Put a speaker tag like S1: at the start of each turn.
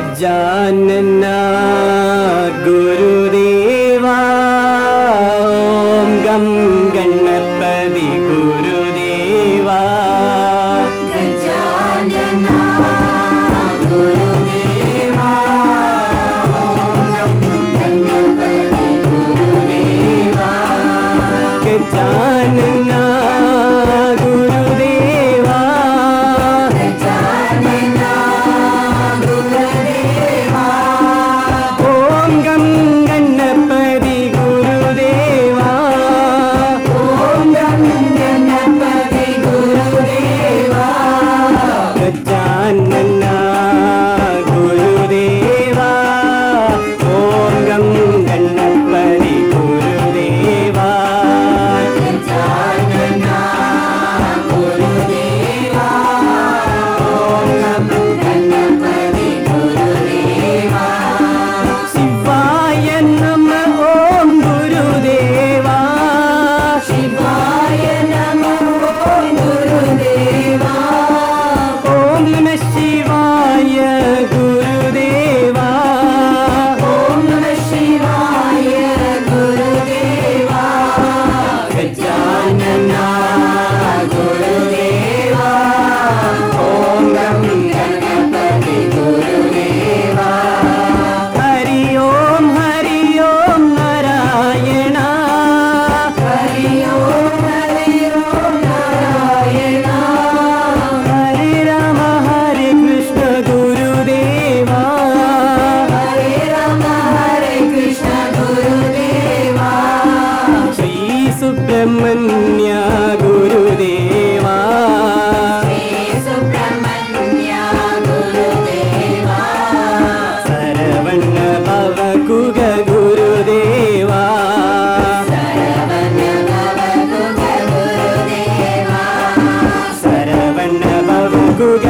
S1: गजानना गुरुदेवा ॐ गं गणपति गुरुदेवा गजानना गुरुदेवा ॐ गं गणपति गुरुदेवा गजानना गुरुदेवा ॐ गं गणपति गुरुदेवा शिवाय नमः ॐ गुरुदेवा ॐ नमः शिवाय गुरुदेवा गजानना हरि ओम हरि ओम नारायणा हरे राम हरे कृष्ण गुरुदेवा श्री सुब्रह्मण्य गुरुदेवा सरवण भव कुग गुरुदेवा सरवण भव कुग